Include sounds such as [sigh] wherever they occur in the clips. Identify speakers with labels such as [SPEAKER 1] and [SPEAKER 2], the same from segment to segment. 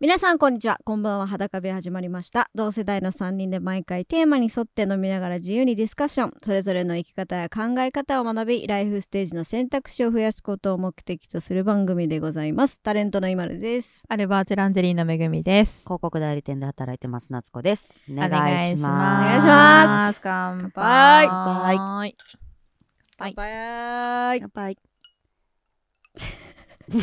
[SPEAKER 1] 皆さんこんにちはこんばんは裸部屋始まりました同世代の3人で毎回テーマに沿って飲みながら自由にディスカッションそれぞれの生き方や考え方を学びライフステージの選択肢を増やすことを目的とする番組でございますタレントの今るです
[SPEAKER 2] アルバーチェランジェリーのめぐみです。。
[SPEAKER 3] 広告代理店で働いてます夏子です。お願いし
[SPEAKER 1] お願
[SPEAKER 3] ま
[SPEAKER 1] い
[SPEAKER 3] す。
[SPEAKER 1] します
[SPEAKER 2] 乾
[SPEAKER 1] 杯
[SPEAKER 2] 杯。はい
[SPEAKER 1] 乾杯
[SPEAKER 3] 乾杯。 [laughs]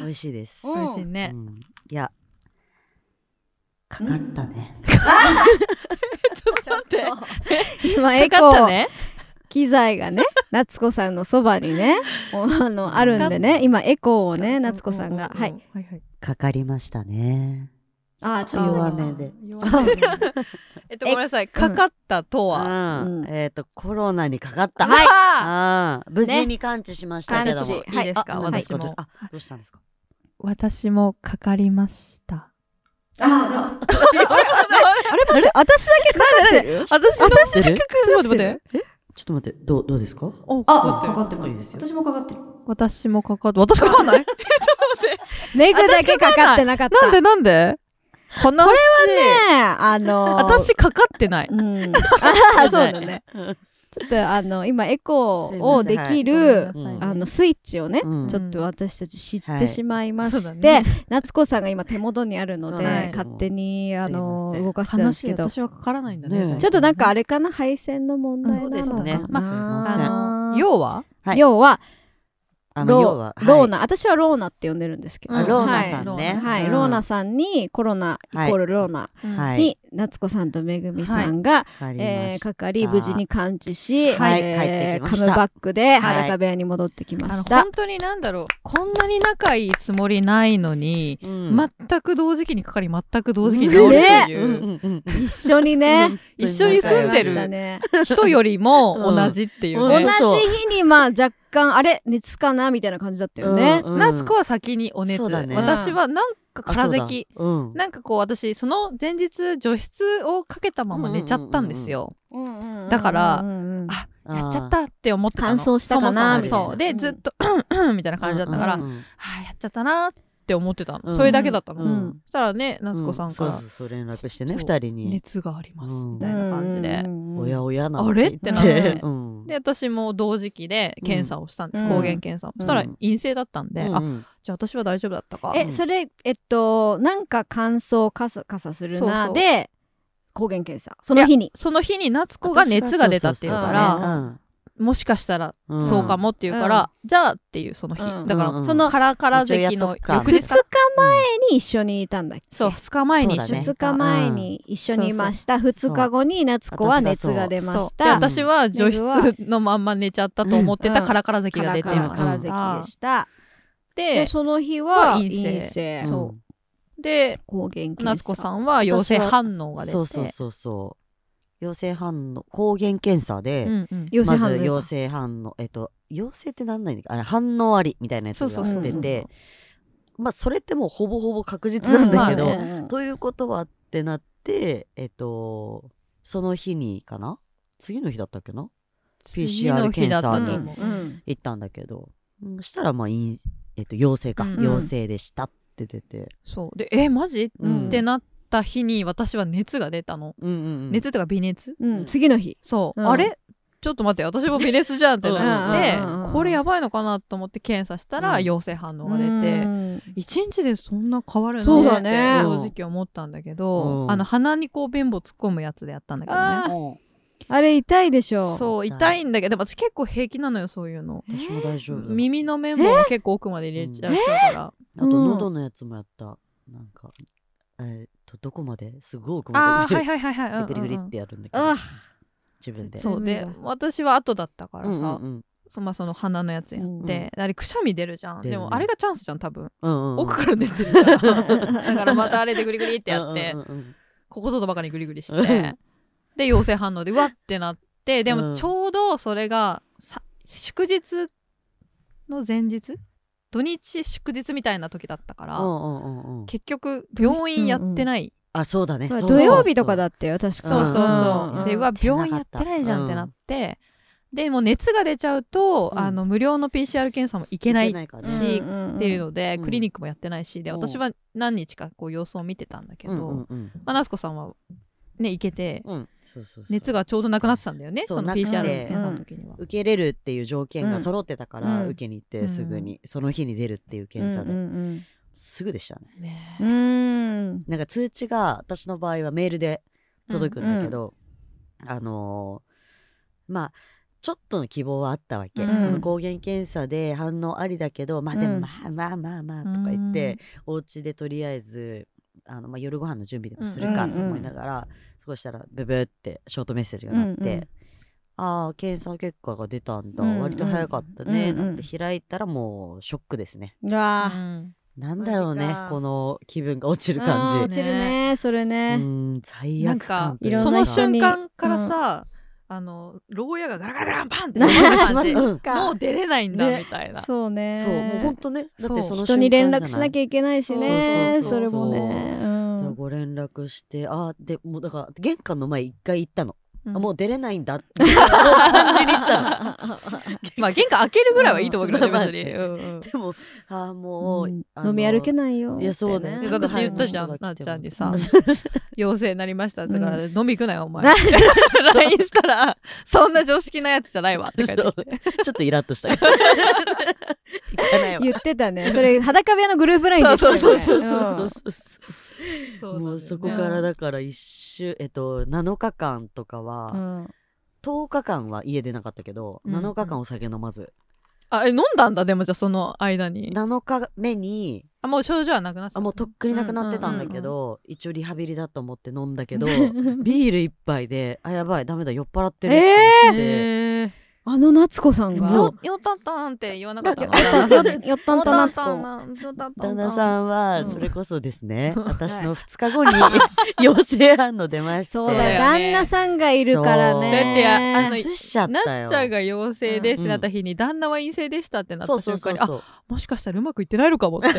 [SPEAKER 3] 美味しいです。
[SPEAKER 1] お
[SPEAKER 2] 美味しいね
[SPEAKER 3] う。んいや、
[SPEAKER 1] [laughs]
[SPEAKER 3] かかったね。
[SPEAKER 2] ちょっと待
[SPEAKER 1] 今エ
[SPEAKER 2] え、
[SPEAKER 1] コ
[SPEAKER 2] かった
[SPEAKER 1] ー、
[SPEAKER 2] ね。
[SPEAKER 1] 機材がね夏子さんのそばに [laughs] ねおあのあるんでね今エコーをね夏子さんが
[SPEAKER 2] うう
[SPEAKER 1] は
[SPEAKER 2] う
[SPEAKER 1] い
[SPEAKER 2] ん。はいはい。
[SPEAKER 3] かかりましたね。
[SPEAKER 1] あーちょっと
[SPEAKER 3] 弱めで
[SPEAKER 2] 弱めで。えっと、ごめんなさい。かかったとは。
[SPEAKER 3] うん
[SPEAKER 1] うん
[SPEAKER 3] えっと、コロナにかかった。
[SPEAKER 1] はい
[SPEAKER 2] あ
[SPEAKER 3] あー無事に完治しましたけども。
[SPEAKER 1] 完
[SPEAKER 2] ー
[SPEAKER 1] 治
[SPEAKER 2] いいです
[SPEAKER 3] あ
[SPEAKER 2] か
[SPEAKER 3] なん
[SPEAKER 2] 私
[SPEAKER 3] どう
[SPEAKER 2] も。
[SPEAKER 3] あ、どうしたんですか
[SPEAKER 2] 私もかかりま [laughs] した。
[SPEAKER 1] あーでもあれ待って私だけかかってる
[SPEAKER 2] 私の、
[SPEAKER 3] 私だけ
[SPEAKER 2] ちょっと待って待って。
[SPEAKER 3] ちょっと待って、どう、どうですか
[SPEAKER 2] お
[SPEAKER 1] あか
[SPEAKER 2] か
[SPEAKER 1] か
[SPEAKER 2] かっ
[SPEAKER 1] ってま
[SPEAKER 3] いいですすよ
[SPEAKER 1] 私もかかってる
[SPEAKER 2] てる私もかかって、私かかん [laughs] ない
[SPEAKER 1] メグだけかかってなかった
[SPEAKER 2] なんでなんでこれはね、
[SPEAKER 1] ねえあのー
[SPEAKER 2] 私かかってない。
[SPEAKER 1] うんあーそうだね
[SPEAKER 3] うん
[SPEAKER 1] ちょっとあの今エコーを
[SPEAKER 3] すい
[SPEAKER 1] で
[SPEAKER 3] ません
[SPEAKER 1] き
[SPEAKER 2] は
[SPEAKER 1] る
[SPEAKER 2] いごめんなさい
[SPEAKER 1] あのスイッチをね
[SPEAKER 3] うん
[SPEAKER 1] ちょっと私たち知っ
[SPEAKER 3] は
[SPEAKER 1] て
[SPEAKER 3] い
[SPEAKER 1] しまいま
[SPEAKER 2] そう
[SPEAKER 1] し
[SPEAKER 2] だ
[SPEAKER 1] て
[SPEAKER 2] ね
[SPEAKER 1] 夏子さんが今手元にあるの
[SPEAKER 3] そう
[SPEAKER 1] で
[SPEAKER 2] なんです
[SPEAKER 3] よ
[SPEAKER 1] 勝手にあの
[SPEAKER 3] すいません
[SPEAKER 1] 動かしてたんですけど
[SPEAKER 2] はかからないんだ
[SPEAKER 3] ねえ
[SPEAKER 2] じゃあ
[SPEAKER 1] ちょっとなんかあれかな配線の問題な
[SPEAKER 3] そう
[SPEAKER 1] の
[SPEAKER 3] です
[SPEAKER 1] か
[SPEAKER 3] ね
[SPEAKER 2] あ
[SPEAKER 1] な
[SPEAKER 2] の、要は
[SPEAKER 3] はい
[SPEAKER 1] 要は
[SPEAKER 3] あの、要
[SPEAKER 1] ロ
[SPEAKER 3] は、
[SPEAKER 1] ーロー
[SPEAKER 3] ナ。
[SPEAKER 1] ナ私はローナって呼んでるんですけど
[SPEAKER 2] あ
[SPEAKER 3] ローナさ
[SPEAKER 1] はい
[SPEAKER 3] んね。
[SPEAKER 1] は
[SPEAKER 3] う
[SPEAKER 1] い
[SPEAKER 3] ん
[SPEAKER 1] ローナさんにコロナイコールローナ
[SPEAKER 3] は
[SPEAKER 1] に夏子さんとめぐみさんが
[SPEAKER 3] わかりま
[SPEAKER 1] えー
[SPEAKER 3] した
[SPEAKER 1] かかり無事に完治し
[SPEAKER 3] はい
[SPEAKER 1] えー
[SPEAKER 3] 帰っ
[SPEAKER 1] カ
[SPEAKER 3] てきました
[SPEAKER 1] ムバックで
[SPEAKER 3] い
[SPEAKER 1] 裸部屋に戻ってきま
[SPEAKER 2] あの
[SPEAKER 1] した
[SPEAKER 2] 本当になんだろうこんなに仲いいつもりないのに、
[SPEAKER 3] うん
[SPEAKER 2] 全く同時期にかかり全く同時期に治るという、
[SPEAKER 1] 一緒にね
[SPEAKER 2] 一緒に住ん
[SPEAKER 1] わか
[SPEAKER 2] で
[SPEAKER 1] りました
[SPEAKER 2] る
[SPEAKER 1] ね
[SPEAKER 2] 人よりも同じっていう
[SPEAKER 1] 同
[SPEAKER 2] ね
[SPEAKER 1] じ
[SPEAKER 3] うん
[SPEAKER 1] 日にまあ若干あれ熱かなみたいな感じだったよね
[SPEAKER 3] うん
[SPEAKER 2] 夏子は先にお熱、
[SPEAKER 3] そうだね
[SPEAKER 2] 私はなんか空咳
[SPEAKER 3] き。うん
[SPEAKER 2] なんかこう私その前日除湿をかけたまま寝ちゃったんですよ、だから
[SPEAKER 1] うんうんうん
[SPEAKER 2] あやっちゃったって思ってたの
[SPEAKER 1] 乾燥したかな
[SPEAKER 2] そもそもそう
[SPEAKER 3] み
[SPEAKER 1] たい
[SPEAKER 2] で
[SPEAKER 1] な
[SPEAKER 2] ずっと [clears throat] みたいな感じだったから、
[SPEAKER 3] うん
[SPEAKER 2] は
[SPEAKER 3] うん
[SPEAKER 2] あやっちゃったなって思ってたの、
[SPEAKER 3] うん
[SPEAKER 2] それだけだったの、
[SPEAKER 3] うん
[SPEAKER 1] うん
[SPEAKER 2] そしたらね夏子さんから
[SPEAKER 3] そうそうそう連絡してね
[SPEAKER 2] そう
[SPEAKER 3] 二人に
[SPEAKER 2] 熱があります、
[SPEAKER 3] うん
[SPEAKER 2] みたいな感じで、
[SPEAKER 1] うんうんうん
[SPEAKER 3] おやおやな
[SPEAKER 2] あれってなって
[SPEAKER 3] うん
[SPEAKER 2] で私も同時期で検査をしたんです、
[SPEAKER 1] うん
[SPEAKER 2] 抗原検査を、
[SPEAKER 1] うん
[SPEAKER 2] そしたら陰性だったんで、
[SPEAKER 3] うん
[SPEAKER 2] あじゃあ私は大丈夫だったか
[SPEAKER 1] えそれえっとなんか乾燥カサカサする
[SPEAKER 2] そう
[SPEAKER 1] な
[SPEAKER 2] そう
[SPEAKER 1] で抗原検査その日に
[SPEAKER 2] その日に夏子が熱が出たっていうか
[SPEAKER 1] 私がそうそうそう
[SPEAKER 2] ら
[SPEAKER 1] だ
[SPEAKER 2] もしかしたら
[SPEAKER 3] うん
[SPEAKER 2] そうかもっていうから、じゃあっていうその日、
[SPEAKER 1] うん
[SPEAKER 2] だから、
[SPEAKER 3] うん
[SPEAKER 2] そのカラカラ咳の翌
[SPEAKER 1] 2
[SPEAKER 2] 日
[SPEAKER 1] 日
[SPEAKER 2] か
[SPEAKER 1] 前に一緒にいたんだっけ
[SPEAKER 2] そう2日前に一
[SPEAKER 3] そう
[SPEAKER 2] 緒
[SPEAKER 3] だね
[SPEAKER 2] に
[SPEAKER 1] 2日前に一緒にいました2日後に夏子は熱が出ま
[SPEAKER 2] そ
[SPEAKER 1] し
[SPEAKER 2] うで
[SPEAKER 1] た
[SPEAKER 3] そう
[SPEAKER 2] 私は除湿のまんま寝ちゃったと思って
[SPEAKER 1] う
[SPEAKER 2] た
[SPEAKER 1] ん
[SPEAKER 2] カラカラ咳
[SPEAKER 1] カ
[SPEAKER 2] が
[SPEAKER 1] ラ
[SPEAKER 2] 出て
[SPEAKER 1] カ
[SPEAKER 2] ま
[SPEAKER 1] ラ
[SPEAKER 2] した、
[SPEAKER 1] カラ咳でした
[SPEAKER 2] で
[SPEAKER 1] でその日は
[SPEAKER 2] は
[SPEAKER 1] 陰
[SPEAKER 2] 陰性
[SPEAKER 1] 性
[SPEAKER 2] そう
[SPEAKER 3] うん
[SPEAKER 2] で
[SPEAKER 1] 抗原検査
[SPEAKER 2] 夏子さんは陽性反応が出て
[SPEAKER 3] そうそうそうそう陽性反応抗原検査
[SPEAKER 2] う
[SPEAKER 3] で
[SPEAKER 2] んうん
[SPEAKER 1] 陽性
[SPEAKER 3] ま
[SPEAKER 1] 反応
[SPEAKER 3] ず陽性反応えっと陽性ってなんないんだっけあれ反応ありみたいなやつ
[SPEAKER 2] そう
[SPEAKER 3] が
[SPEAKER 2] そう
[SPEAKER 1] そう
[SPEAKER 3] 出
[SPEAKER 1] うんうん
[SPEAKER 3] てまあそれってもうほぼほぼ確実なんだけど
[SPEAKER 1] うんまあね
[SPEAKER 3] ということはってなって、えっと、その日にかな次の日だったっけな
[SPEAKER 2] 次の日だったと思う
[SPEAKER 1] うんうん
[SPEAKER 3] 行ったんだけど、うんそしたら、まあ、陰えっと、陽性か、
[SPEAKER 2] うん
[SPEAKER 3] 陽性でしたって出て。
[SPEAKER 2] そうでえマジ、
[SPEAKER 3] うん
[SPEAKER 2] ってなった日に私は熱が出たの、
[SPEAKER 3] うんうんうん
[SPEAKER 2] 熱とか微熱
[SPEAKER 1] うん次の日
[SPEAKER 2] そう、
[SPEAKER 1] うん
[SPEAKER 2] あれちょっと待って私も微熱じゃんってなって、
[SPEAKER 1] うんうんうんうん
[SPEAKER 2] これやばいのかなと思って検査したら
[SPEAKER 3] うん
[SPEAKER 2] 陽性反応が出て、
[SPEAKER 1] うん
[SPEAKER 2] 一日でそんな変わる
[SPEAKER 1] そ
[SPEAKER 2] の
[SPEAKER 1] うだ
[SPEAKER 2] っ
[SPEAKER 1] ね
[SPEAKER 2] て正直思ったんだけど、
[SPEAKER 3] うん
[SPEAKER 2] あの鼻にこう綿棒突っ込むやつでやったんだけど
[SPEAKER 1] あ
[SPEAKER 2] ね
[SPEAKER 3] うん
[SPEAKER 1] あれ痛いでしょ
[SPEAKER 2] そう痛いんだけどでも私結構平気なのよそういうの
[SPEAKER 3] 私も大丈夫。
[SPEAKER 2] 耳の綿棒も結構奥まで入れちゃう人だから、
[SPEAKER 3] あと、
[SPEAKER 1] うん
[SPEAKER 3] 喉のやつもやった。なんか、えっと、どこまですごい奥
[SPEAKER 2] あ
[SPEAKER 3] ま
[SPEAKER 2] あー
[SPEAKER 3] で
[SPEAKER 2] はいはいはいはい、うんうん [laughs] うん
[SPEAKER 3] グリグリってやるんだけ
[SPEAKER 1] あ
[SPEAKER 3] ど
[SPEAKER 1] ー、
[SPEAKER 3] 自分で。
[SPEAKER 2] そうで
[SPEAKER 1] 全部だ
[SPEAKER 2] 私は後だったからさ、
[SPEAKER 3] うんうんうん
[SPEAKER 2] そまあ、その鼻のやつやって、あれくしゃみ出るじゃん、
[SPEAKER 3] 出
[SPEAKER 2] で
[SPEAKER 3] るね
[SPEAKER 2] もあれがチャンスじゃん多分、
[SPEAKER 3] うんうんうん
[SPEAKER 2] 奥から出てるからだからまたあれでグリグリってやって、
[SPEAKER 3] うんうんうん
[SPEAKER 2] ここぞとばかりグリグリし
[SPEAKER 3] う
[SPEAKER 2] て
[SPEAKER 3] ん
[SPEAKER 2] で陽性反応でうわってなってで
[SPEAKER 3] う
[SPEAKER 2] も
[SPEAKER 3] ん
[SPEAKER 2] ちょうどそれがさ祝日の前日土日祝日みたいな時だったから、
[SPEAKER 3] うんうんうんうん
[SPEAKER 2] 結局病院やってない、
[SPEAKER 3] あ、そうだね。
[SPEAKER 1] そう
[SPEAKER 3] そう
[SPEAKER 1] 土曜日
[SPEAKER 3] そ
[SPEAKER 1] と
[SPEAKER 3] う
[SPEAKER 1] かだったよ確か
[SPEAKER 3] うん
[SPEAKER 2] そうそう
[SPEAKER 3] うん
[SPEAKER 2] そう、
[SPEAKER 3] うん
[SPEAKER 2] でうわ
[SPEAKER 3] やってなかった
[SPEAKER 2] 病院やってないじゃんってなって、でもう熱が出ちゃうと、
[SPEAKER 3] うん
[SPEAKER 2] あの無料の PCR 検査も行けないっ
[SPEAKER 3] から
[SPEAKER 2] し
[SPEAKER 3] ね。
[SPEAKER 2] ていうので、
[SPEAKER 3] うん
[SPEAKER 2] クリニックもやってないしで
[SPEAKER 3] うん
[SPEAKER 2] 私は何日かこう様子を見てたんだけど、
[SPEAKER 3] うんうんうん
[SPEAKER 2] まあ、夏子さんはね行けて、
[SPEAKER 3] うんそうそうそう
[SPEAKER 2] 熱がちょうどなくなってたんだよね
[SPEAKER 3] そう
[SPEAKER 2] その
[SPEAKER 3] なくて
[SPEAKER 2] PCR の時には。
[SPEAKER 3] 受けれるっていう条件
[SPEAKER 1] う
[SPEAKER 3] が
[SPEAKER 1] ん
[SPEAKER 3] 揃ってたから、
[SPEAKER 1] うん
[SPEAKER 3] 受けに行ってすぐに、その日に出るっていう検査で、
[SPEAKER 1] うん
[SPEAKER 3] すぐでしたね
[SPEAKER 2] ね
[SPEAKER 1] うんうん、うーん
[SPEAKER 3] なんか通知が私の場合はメールで届くんだけど、あのーまあちょっとの希望はあったわけ、
[SPEAKER 1] うん
[SPEAKER 3] その抗原検査で反応ありだけどまあで
[SPEAKER 1] うん
[SPEAKER 3] もまあまあまあまあとか言って、お家でとりあえずあの、まあ、夜ご飯の準備でもするかと思いながら、過ごしたらブブーってショートメッセージが鳴って、
[SPEAKER 1] うんうん
[SPEAKER 3] ああ検査結果が出たんだ、
[SPEAKER 1] うんうん
[SPEAKER 3] 割と早かったね、
[SPEAKER 1] うんうん
[SPEAKER 3] なんて開いたらもうショックですね
[SPEAKER 1] うわー
[SPEAKER 2] うん
[SPEAKER 3] なんだろう
[SPEAKER 1] マ
[SPEAKER 3] ね
[SPEAKER 1] ジか
[SPEAKER 3] この気分が落ちる
[SPEAKER 1] あー
[SPEAKER 3] 感
[SPEAKER 1] 落ちるねそれ
[SPEAKER 3] じう
[SPEAKER 1] ね、
[SPEAKER 3] ん罪
[SPEAKER 2] なんか
[SPEAKER 3] 悪感という
[SPEAKER 1] い
[SPEAKER 2] そ
[SPEAKER 1] ろんな
[SPEAKER 2] の
[SPEAKER 1] 人
[SPEAKER 2] 瞬
[SPEAKER 1] に
[SPEAKER 2] 間からさ、あの牢屋がガラガラガランパンって
[SPEAKER 1] [laughs] な
[SPEAKER 2] 閉まる
[SPEAKER 1] し
[SPEAKER 2] 感じ
[SPEAKER 3] うん
[SPEAKER 2] もう出れないんだ
[SPEAKER 3] ね
[SPEAKER 2] みたいな、
[SPEAKER 1] そうね
[SPEAKER 3] そうもうほんとねだってその
[SPEAKER 1] 人に連絡しな
[SPEAKER 3] ゃ
[SPEAKER 1] きゃいけないしね
[SPEAKER 2] そ
[SPEAKER 1] そう
[SPEAKER 2] そうそうそう
[SPEAKER 1] れもね、うん、
[SPEAKER 3] ご連絡してあーでもうだから玄関の前一回行ったの、
[SPEAKER 2] うん
[SPEAKER 3] あもう出れないんだっていう感じに行ったの
[SPEAKER 2] まあ玄関開けるぐらいはいいと思うけどね
[SPEAKER 3] うん
[SPEAKER 2] 別に、うんうん
[SPEAKER 3] でもあーもう、
[SPEAKER 1] うん
[SPEAKER 3] あの
[SPEAKER 1] 飲み歩けないよ
[SPEAKER 3] いやそうだよ
[SPEAKER 2] で
[SPEAKER 3] ね
[SPEAKER 2] 私言ったじゃん
[SPEAKER 3] はい
[SPEAKER 2] なっちゃんに
[SPEAKER 1] うん
[SPEAKER 2] さ陽性になりましただから飲み行くなよお前
[SPEAKER 3] [laughs]
[SPEAKER 1] な
[SPEAKER 2] LINE したらそんな常識なやつじゃないわって書いてあって
[SPEAKER 3] ちょっとイラッとした。行かないわ。
[SPEAKER 1] 言ってたねそれ裸部屋のグループラインですよね
[SPEAKER 3] そうそうそうそうそうそう。
[SPEAKER 2] なんだよね
[SPEAKER 3] もうそこからだから一週、えっと、7日間とかは、
[SPEAKER 1] うんうん
[SPEAKER 3] 10日間は家出なかったけど、
[SPEAKER 2] うん
[SPEAKER 3] 7日間お酒飲まず、
[SPEAKER 2] あえ飲んだんだでもじゃあその間に
[SPEAKER 3] 7日目に
[SPEAKER 2] あもう症状はなくなって
[SPEAKER 3] あもうとっくになくなってたんだけど、一応リハビリだと思って飲んだけどビール一杯であやばいダメだ酔っ払ってるって思って、
[SPEAKER 2] へえ
[SPEAKER 1] あの夏子さんが
[SPEAKER 3] そ
[SPEAKER 2] よ
[SPEAKER 3] う
[SPEAKER 2] よたんたんって言わなかったの
[SPEAKER 1] よよったんた
[SPEAKER 2] よ
[SPEAKER 1] 夏
[SPEAKER 2] たん
[SPEAKER 1] 子
[SPEAKER 2] たんよたんたん
[SPEAKER 3] 旦那さん
[SPEAKER 2] う
[SPEAKER 3] は
[SPEAKER 2] ん
[SPEAKER 3] それこそですね、
[SPEAKER 2] うん
[SPEAKER 3] 私の2日後に陽性反応出まして
[SPEAKER 1] そう
[SPEAKER 2] だ
[SPEAKER 1] だ
[SPEAKER 2] よ
[SPEAKER 1] よ
[SPEAKER 2] ね
[SPEAKER 1] 旦那さんがいるからね
[SPEAKER 3] そう
[SPEAKER 2] だってあの
[SPEAKER 3] 移しちゃったよ
[SPEAKER 2] なっちゃんが陽性ですってなった日に、旦那は陰性でしたってなっ
[SPEAKER 3] そ
[SPEAKER 2] た
[SPEAKER 3] うそう
[SPEAKER 2] 瞬
[SPEAKER 3] そ
[SPEAKER 2] 間に
[SPEAKER 3] うそう
[SPEAKER 2] あもしかしたらうまくいってないのかもって
[SPEAKER 3] 一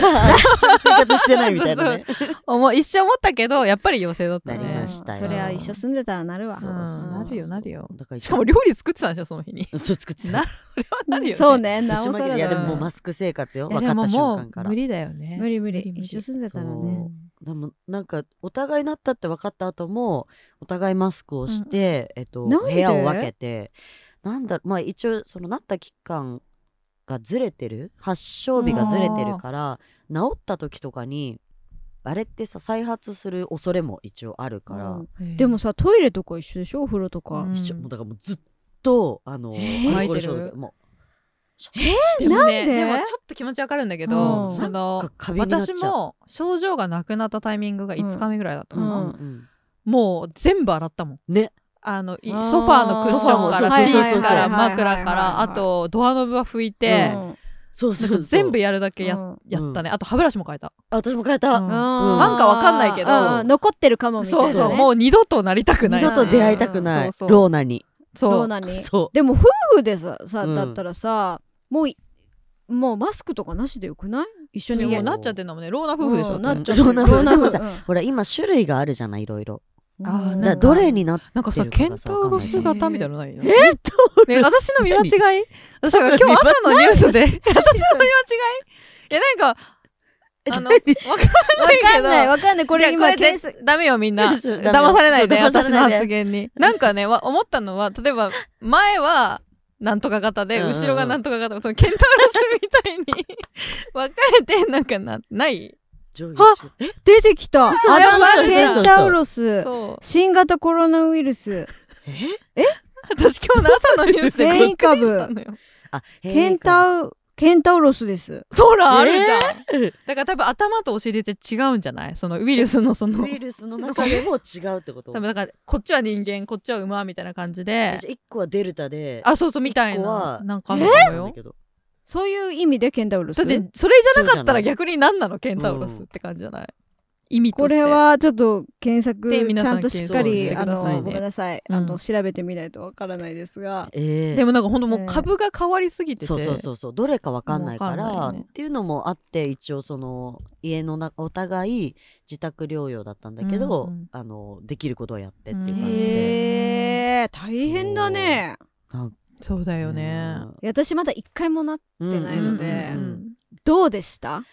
[SPEAKER 3] 緒に生活してないみたいなね
[SPEAKER 2] 思う一瞬思ったけどやっぱり陽性だった
[SPEAKER 3] なりま
[SPEAKER 2] ね
[SPEAKER 3] したよ
[SPEAKER 1] うんそれは一緒住んでたらなるわ
[SPEAKER 2] そうなるよなるよ
[SPEAKER 3] だから
[SPEAKER 2] しかも料理作ってたんでしょその日 [laughs] に
[SPEAKER 3] そう作って
[SPEAKER 2] な
[SPEAKER 3] た
[SPEAKER 2] るほどなるよね
[SPEAKER 1] そうね
[SPEAKER 3] ぶ
[SPEAKER 1] な
[SPEAKER 3] ち
[SPEAKER 1] お
[SPEAKER 3] ま
[SPEAKER 1] さ
[SPEAKER 3] け
[SPEAKER 1] ら
[SPEAKER 3] ていやで
[SPEAKER 1] だ
[SPEAKER 3] ももうマスク生活よ分かった瞬間から
[SPEAKER 2] 無理だよね
[SPEAKER 1] 無理無理
[SPEAKER 2] 無理無理
[SPEAKER 1] 一緒住んでたらね
[SPEAKER 3] でもなんかお互いなったって分かった後もお互いマスクをして、えっと、
[SPEAKER 1] なんで
[SPEAKER 3] 部屋を分けてなんだろうまあ一応そのなった期間がずれてる発症日がずれてるから治った時とかにあれってさ再発する恐れも一応あるから、
[SPEAKER 1] うんでもさトイレとか一緒でしょお風呂とか、
[SPEAKER 2] うん
[SPEAKER 3] 一緒もうだからもうずっとあの、
[SPEAKER 1] えー
[SPEAKER 3] アルコール消毒も
[SPEAKER 2] で
[SPEAKER 1] な
[SPEAKER 2] もね
[SPEAKER 1] んで
[SPEAKER 2] でもちょっと気持ちわかるんだけ
[SPEAKER 1] う
[SPEAKER 2] ど
[SPEAKER 1] ん
[SPEAKER 2] そ
[SPEAKER 3] な
[SPEAKER 2] の
[SPEAKER 3] んか過敏になっち
[SPEAKER 2] 私
[SPEAKER 3] ゃう
[SPEAKER 2] も症状がなくなったタイミングが5日目ぐらいだった
[SPEAKER 3] う
[SPEAKER 2] か
[SPEAKER 3] ん
[SPEAKER 2] な、
[SPEAKER 3] うんうん
[SPEAKER 2] もう全部洗ったもん
[SPEAKER 3] ね
[SPEAKER 2] あのい
[SPEAKER 1] あー
[SPEAKER 2] ソファーのクッションから
[SPEAKER 3] ソファーも
[SPEAKER 2] シ
[SPEAKER 3] そう
[SPEAKER 2] ー
[SPEAKER 3] そうそう
[SPEAKER 2] ツ
[SPEAKER 3] そう
[SPEAKER 2] から枕
[SPEAKER 1] はいはい
[SPEAKER 2] か
[SPEAKER 1] はい
[SPEAKER 2] ら
[SPEAKER 1] はい
[SPEAKER 2] あとドアノブは拭いて、
[SPEAKER 3] うんそうそ
[SPEAKER 2] なか
[SPEAKER 3] うんそう
[SPEAKER 2] 全部やるだけや,、
[SPEAKER 1] うん
[SPEAKER 2] やったね
[SPEAKER 3] う
[SPEAKER 2] あと歯ブラシも変えた、
[SPEAKER 3] あ私も変えた、
[SPEAKER 2] うん
[SPEAKER 1] あー
[SPEAKER 2] なんかわかんないけど
[SPEAKER 1] あー残ってるかもみたいな
[SPEAKER 2] そ
[SPEAKER 1] ね、
[SPEAKER 2] うそうもう二度となりたくな
[SPEAKER 3] 二
[SPEAKER 2] い
[SPEAKER 3] 度と出会いたくない、
[SPEAKER 2] うんそうそう
[SPEAKER 3] ローナに
[SPEAKER 1] ど
[SPEAKER 2] そうう
[SPEAKER 1] なに
[SPEAKER 3] そう
[SPEAKER 1] でも夫婦でささ、
[SPEAKER 3] うん
[SPEAKER 1] だったらさもういもうマスクとかなしでよくない一緒
[SPEAKER 2] 一緒
[SPEAKER 1] に
[SPEAKER 2] にも
[SPEAKER 1] 家
[SPEAKER 2] う
[SPEAKER 1] に
[SPEAKER 2] なっちゃってんだもんねローナ夫婦でしょ、
[SPEAKER 1] うん
[SPEAKER 2] だ
[SPEAKER 1] な
[SPEAKER 2] っ
[SPEAKER 1] ってちゃってる
[SPEAKER 3] 老男夫婦
[SPEAKER 1] 老男夫婦
[SPEAKER 3] さほら今種類があるじゃないいろいろ
[SPEAKER 1] うん
[SPEAKER 2] あーな
[SPEAKER 3] だから
[SPEAKER 2] んか
[SPEAKER 3] どれになっ
[SPEAKER 2] なんかさ
[SPEAKER 3] 出て
[SPEAKER 2] ケ
[SPEAKER 3] る
[SPEAKER 2] ン
[SPEAKER 3] か
[SPEAKER 2] タ
[SPEAKER 3] さ
[SPEAKER 2] ウロス型みたいなのないえ
[SPEAKER 3] えっと
[SPEAKER 2] ね、私の見
[SPEAKER 3] [laughs]
[SPEAKER 2] 間違い私が今日朝のニュースで私の見間違いいやなんかあのわかんないけど
[SPEAKER 1] わかんないわかんないこれ今
[SPEAKER 2] じゃあ
[SPEAKER 1] 検
[SPEAKER 2] これ
[SPEAKER 1] 索
[SPEAKER 2] 絶ダメよみんな
[SPEAKER 3] そうダメよ
[SPEAKER 2] 騙されないで
[SPEAKER 3] そう騙されない
[SPEAKER 2] 私
[SPEAKER 3] で
[SPEAKER 2] の発言になんかねわ思ったのは例えば前はなんとか型で
[SPEAKER 3] うんうんうん
[SPEAKER 2] 後ろがなんとか型そのケンタウロスみたいに [laughs] 分かれてなんかなない
[SPEAKER 1] は出てきたア
[SPEAKER 3] そう
[SPEAKER 1] ダ
[SPEAKER 3] そ
[SPEAKER 1] マ
[SPEAKER 3] うそうそう
[SPEAKER 1] ケンタウロス
[SPEAKER 2] そう
[SPEAKER 1] 新型コロナウイルス
[SPEAKER 2] 私今日の朝のニュースでびっくりしたのよ
[SPEAKER 3] あ
[SPEAKER 1] ケン
[SPEAKER 3] ウ
[SPEAKER 1] タウケンタウロスです
[SPEAKER 2] そらあるじゃん、 [laughs]
[SPEAKER 3] えー
[SPEAKER 2] だから多分頭とお尻で違うんじゃないそのウイルスのその
[SPEAKER 3] ウイルスの中でも違うってこと
[SPEAKER 2] 多分だからこっちは人間こっちは馬みたいな感じで
[SPEAKER 3] 1個はデルタで
[SPEAKER 2] あそうそうみたい
[SPEAKER 3] 一個
[SPEAKER 2] な
[SPEAKER 3] は
[SPEAKER 2] なんかあるの
[SPEAKER 3] なん
[SPEAKER 2] よ
[SPEAKER 3] だけど
[SPEAKER 1] そういう意味でケンタウロ
[SPEAKER 2] だ
[SPEAKER 1] ス
[SPEAKER 2] ってそれじゃなかったら逆に何なのケンタウロス
[SPEAKER 3] う
[SPEAKER 2] っ
[SPEAKER 3] ん
[SPEAKER 2] て感じじゃない意味と
[SPEAKER 1] こ
[SPEAKER 2] して
[SPEAKER 1] れはちょっと検索
[SPEAKER 2] で皆
[SPEAKER 1] ち
[SPEAKER 2] さ
[SPEAKER 1] ゃ
[SPEAKER 2] ん
[SPEAKER 1] んとしっかり、
[SPEAKER 3] 検
[SPEAKER 1] あ
[SPEAKER 3] 索してく
[SPEAKER 1] の
[SPEAKER 3] ださいね
[SPEAKER 1] ごめんなさい、
[SPEAKER 2] うん
[SPEAKER 1] あの調べてみないとわからないですが、
[SPEAKER 3] え
[SPEAKER 2] でも
[SPEAKER 3] も
[SPEAKER 2] なんかほんとも
[SPEAKER 1] ね
[SPEAKER 2] う株が変わりすぎてて、
[SPEAKER 3] そうそうそうそうどれかわかんないから
[SPEAKER 2] わかんないね
[SPEAKER 3] っていうのもあって一応その家の中お互い自宅療養だったんだけど、
[SPEAKER 2] うんうん
[SPEAKER 3] あのできることはやってっていう
[SPEAKER 2] うん
[SPEAKER 3] 感
[SPEAKER 2] へ
[SPEAKER 3] じで、
[SPEAKER 1] へえ大変だね
[SPEAKER 3] なん
[SPEAKER 2] そうだよね。
[SPEAKER 1] いや私まだ一回もなっ
[SPEAKER 3] うん。
[SPEAKER 1] てないので
[SPEAKER 3] うんうんうん
[SPEAKER 1] どうでした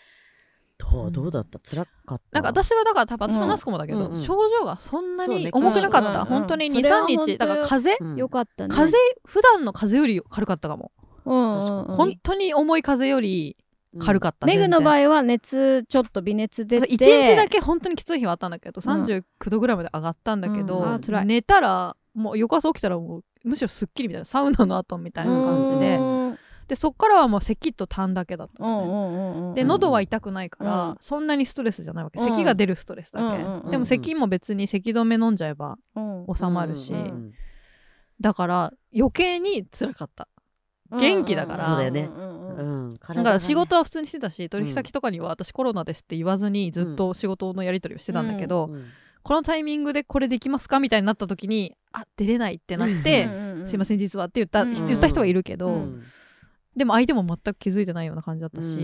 [SPEAKER 3] どうどうだった辛かった
[SPEAKER 2] なんか私はだから多分私もナスコもだけど、
[SPEAKER 3] うんうん
[SPEAKER 2] 症状がそんな
[SPEAKER 3] そう
[SPEAKER 2] に
[SPEAKER 3] ね
[SPEAKER 2] 重くなかっ
[SPEAKER 1] うんうん
[SPEAKER 2] た、
[SPEAKER 1] うん
[SPEAKER 2] 本当に
[SPEAKER 1] それは本
[SPEAKER 2] 23
[SPEAKER 1] 当よ
[SPEAKER 2] 日だから風邪、
[SPEAKER 3] うん
[SPEAKER 1] よかったね
[SPEAKER 2] 風邪普段の風邪より軽かったかも、
[SPEAKER 1] うんうん
[SPEAKER 3] 確かに
[SPEAKER 1] うん
[SPEAKER 2] 本当に重い風邪より軽かった、
[SPEAKER 1] メグの場
[SPEAKER 2] 合
[SPEAKER 1] 合は熱ちょっと微熱出て
[SPEAKER 2] 1日だけ本当にきつい日はあったんだけど39度ぐらいまで上がったんだけど、
[SPEAKER 3] うんあ
[SPEAKER 1] ー辛い
[SPEAKER 2] 寝たらもう翌朝起きたらもうむしろすっきりみたいなサウナの後みたいな感じで
[SPEAKER 1] うーん
[SPEAKER 2] でそっからはもう咳と痰だけだった
[SPEAKER 1] う
[SPEAKER 2] のね、
[SPEAKER 1] んうんうんうん
[SPEAKER 2] で
[SPEAKER 3] うん
[SPEAKER 2] 喉は痛くないから、
[SPEAKER 1] うん
[SPEAKER 2] そんなにストレスじゃないわけ
[SPEAKER 1] うん
[SPEAKER 2] 咳が出るストレスだけ、
[SPEAKER 1] うんうんうん
[SPEAKER 2] でも咳も別に咳止め飲んじゃえば
[SPEAKER 1] うん
[SPEAKER 2] 収まるし、
[SPEAKER 1] うん
[SPEAKER 2] だから余計に辛かった元気だから
[SPEAKER 3] そうだよね
[SPEAKER 1] んうん
[SPEAKER 3] う
[SPEAKER 1] うん
[SPEAKER 3] ん
[SPEAKER 2] だか
[SPEAKER 3] 体がね
[SPEAKER 2] ら仕事は普通にしてたし取引先とかには私コロナですって言わずにずっと仕事のやり取りをしてたんだけど、
[SPEAKER 3] うん
[SPEAKER 2] このタイミングでこれできますかみたいになった時にあ出れないってなって、すいま
[SPEAKER 1] ん
[SPEAKER 2] せん実はって言っ
[SPEAKER 1] う
[SPEAKER 2] た,、
[SPEAKER 1] ん
[SPEAKER 2] 言った人はいるけど、
[SPEAKER 3] うん
[SPEAKER 2] でも相手も全く気づいてないような感じだったし、
[SPEAKER 3] う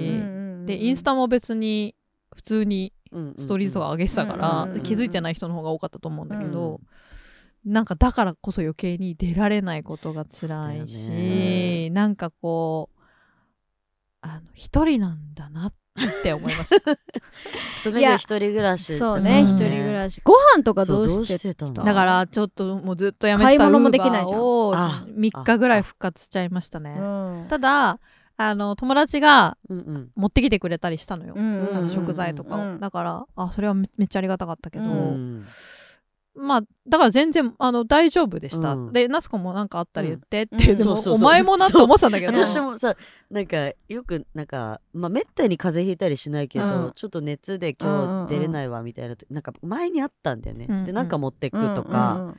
[SPEAKER 3] ん
[SPEAKER 2] でインスタも別に普通に
[SPEAKER 3] うん
[SPEAKER 2] ストーリーズとか上げてたから、
[SPEAKER 1] うん
[SPEAKER 2] 気づいてない人の方が多かったと思うんだけど、なんかだからこそ余計に出られないことが辛い
[SPEAKER 3] そうだよね
[SPEAKER 2] し、なんかこうあの一人なんだなって思いました
[SPEAKER 3] そう
[SPEAKER 1] いや
[SPEAKER 3] メグ一人暮らし
[SPEAKER 1] そうね
[SPEAKER 2] うん
[SPEAKER 1] 一人暮らしご飯とかど
[SPEAKER 3] そう
[SPEAKER 1] う
[SPEAKER 3] どう
[SPEAKER 1] して
[SPEAKER 3] してたの
[SPEAKER 2] だからちょっともうずっとやめてた
[SPEAKER 1] 買い
[SPEAKER 2] ウ
[SPEAKER 1] 物も
[SPEAKER 2] ー
[SPEAKER 1] でき
[SPEAKER 2] バ
[SPEAKER 1] ない
[SPEAKER 2] ー
[SPEAKER 1] じゃん
[SPEAKER 2] を
[SPEAKER 3] あ
[SPEAKER 2] 3日ぐらい復活しちゃいました
[SPEAKER 1] う
[SPEAKER 2] ね
[SPEAKER 1] ん
[SPEAKER 2] ただあの友達が
[SPEAKER 3] うんうん
[SPEAKER 2] 持ってきてくれたりしたのよ、
[SPEAKER 1] うん
[SPEAKER 2] あ
[SPEAKER 3] う
[SPEAKER 2] の
[SPEAKER 3] ん
[SPEAKER 2] 食材とかを、
[SPEAKER 1] うん
[SPEAKER 2] だからあそれはめめっちゃありがたかったけど、
[SPEAKER 1] う
[SPEAKER 3] うん
[SPEAKER 2] まあだから全然あの大丈夫でした、
[SPEAKER 3] うん
[SPEAKER 2] でナスコもなんかあったら言ってって、
[SPEAKER 1] うん
[SPEAKER 2] でも
[SPEAKER 3] そうそうそう
[SPEAKER 2] お前もなって思ってたんだけど
[SPEAKER 3] 私もさなんかよくなんかまあめったに風邪ひいたりしないけど、
[SPEAKER 1] うん
[SPEAKER 3] ちょっと熱で
[SPEAKER 1] うんうんう
[SPEAKER 3] 今
[SPEAKER 1] ん
[SPEAKER 3] 日出れないわみたいなとなんか前にあったんだよね、
[SPEAKER 2] うんうん
[SPEAKER 3] でなんか持ってくとか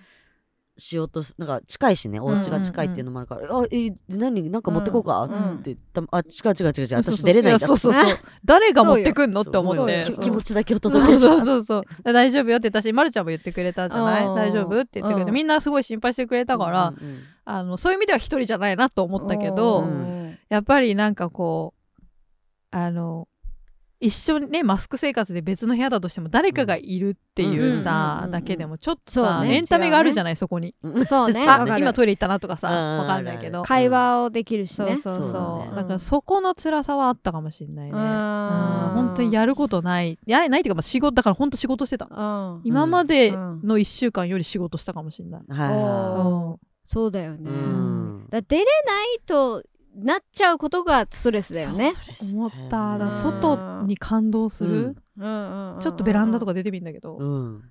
[SPEAKER 3] しようとす、なんか近いしねお家が近いっていうのもあるから「あえ何なんか持ってこうか」
[SPEAKER 1] うん
[SPEAKER 3] って言ったあ違う違う違う違う
[SPEAKER 2] そうそう
[SPEAKER 3] 私出れないんだ
[SPEAKER 2] やそうそうそう誰が持ってくんのって思
[SPEAKER 3] も
[SPEAKER 2] っ
[SPEAKER 3] う
[SPEAKER 2] てそ
[SPEAKER 3] き
[SPEAKER 2] う
[SPEAKER 3] 気持ちだけお
[SPEAKER 2] そう
[SPEAKER 3] 届けし
[SPEAKER 2] そう
[SPEAKER 3] ま
[SPEAKER 2] そう
[SPEAKER 3] す
[SPEAKER 2] そうそうで大丈夫よって言ったし、ま、るちゃんも言ってくれたんじゃない
[SPEAKER 1] うん
[SPEAKER 2] 大丈夫って言ってくれて
[SPEAKER 1] うん
[SPEAKER 2] みんなすごい心配してくれたから、
[SPEAKER 3] うんうん
[SPEAKER 2] あのそういう意味では一人じゃないなと思ったけど、
[SPEAKER 3] うん
[SPEAKER 2] やっぱりなんかこうあの一緒にねマスク生活で別の部屋だとしても誰かがいるっていう
[SPEAKER 1] うんうんうんうん
[SPEAKER 2] さ、
[SPEAKER 1] うん
[SPEAKER 2] だけでもちょっとさ、
[SPEAKER 1] そうね
[SPEAKER 2] エンタメがあるじゃない、そこに。
[SPEAKER 3] うん [laughs]
[SPEAKER 1] そうね
[SPEAKER 3] あ
[SPEAKER 1] わか
[SPEAKER 2] あ
[SPEAKER 1] る
[SPEAKER 2] 今トイレ行ったなとかさ
[SPEAKER 3] うん
[SPEAKER 2] わかんないけど
[SPEAKER 3] ある
[SPEAKER 1] 会話をできるし
[SPEAKER 2] そう
[SPEAKER 1] ね
[SPEAKER 2] そうそう
[SPEAKER 3] そうだ
[SPEAKER 2] だ,、
[SPEAKER 3] ね
[SPEAKER 2] からそこの辛さはあったかもしれないね、
[SPEAKER 1] うん
[SPEAKER 2] うん本当にやることないいやないっていうかまあ仕事だから本当仕事してた
[SPEAKER 1] うん
[SPEAKER 2] 今まで
[SPEAKER 1] うん
[SPEAKER 2] の1週間より仕事したかもしれない、
[SPEAKER 3] はいは
[SPEAKER 1] おーそうだよ
[SPEAKER 3] い
[SPEAKER 1] ね
[SPEAKER 3] うん
[SPEAKER 1] だ出れないとなっちゃうことがストレスだよね
[SPEAKER 3] そうです
[SPEAKER 2] 思った
[SPEAKER 1] だ
[SPEAKER 2] ら
[SPEAKER 1] ね
[SPEAKER 2] 外に感動する、ちょっとベランダとか出てみるんだけど、
[SPEAKER 3] うん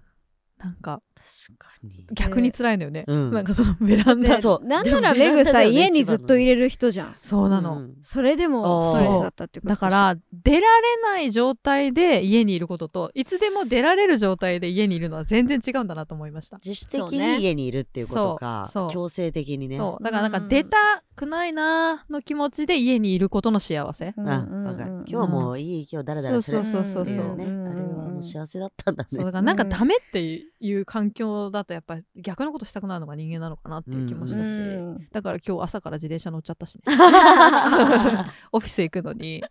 [SPEAKER 2] なんか
[SPEAKER 3] 確かに
[SPEAKER 2] 逆に辛いのよね、
[SPEAKER 3] うん
[SPEAKER 2] なんかそのベラン
[SPEAKER 1] で
[SPEAKER 2] ダ、
[SPEAKER 3] ねそう
[SPEAKER 1] なんなら
[SPEAKER 3] で
[SPEAKER 1] メ
[SPEAKER 3] も
[SPEAKER 1] グさ
[SPEAKER 3] ベランダだよね
[SPEAKER 1] 家にずっと入れる人じゃん
[SPEAKER 2] そうなの、
[SPEAKER 3] うん
[SPEAKER 1] それでも
[SPEAKER 3] あー
[SPEAKER 1] ストレスだったってこと
[SPEAKER 2] だから出られない状態で家にいることといつでも出られる状態で家にいるのは全然違うんだなと思いました、
[SPEAKER 3] 自主的
[SPEAKER 1] そうね
[SPEAKER 3] に家にいるっていうことか、
[SPEAKER 2] そうそう
[SPEAKER 3] 強制的にね
[SPEAKER 2] そうだからなんか
[SPEAKER 1] うん
[SPEAKER 2] 出たくないなーの気持ちで家にいることの幸せ
[SPEAKER 1] うん
[SPEAKER 3] あ
[SPEAKER 1] うん
[SPEAKER 3] わかる今日
[SPEAKER 1] うん
[SPEAKER 3] もいい今日ダラダラする
[SPEAKER 2] そうそうそう
[SPEAKER 3] ってい
[SPEAKER 2] そう
[SPEAKER 3] ねあれはもう幸せだったんだね [laughs]
[SPEAKER 2] そうだからなんかダメっていう環境だとやっぱり逆のことしたくなるのが人間なのかなっていう気もしたし、
[SPEAKER 1] うん
[SPEAKER 2] だから今日朝から自転車乗っちゃったしね [laughs] オフィス行くのに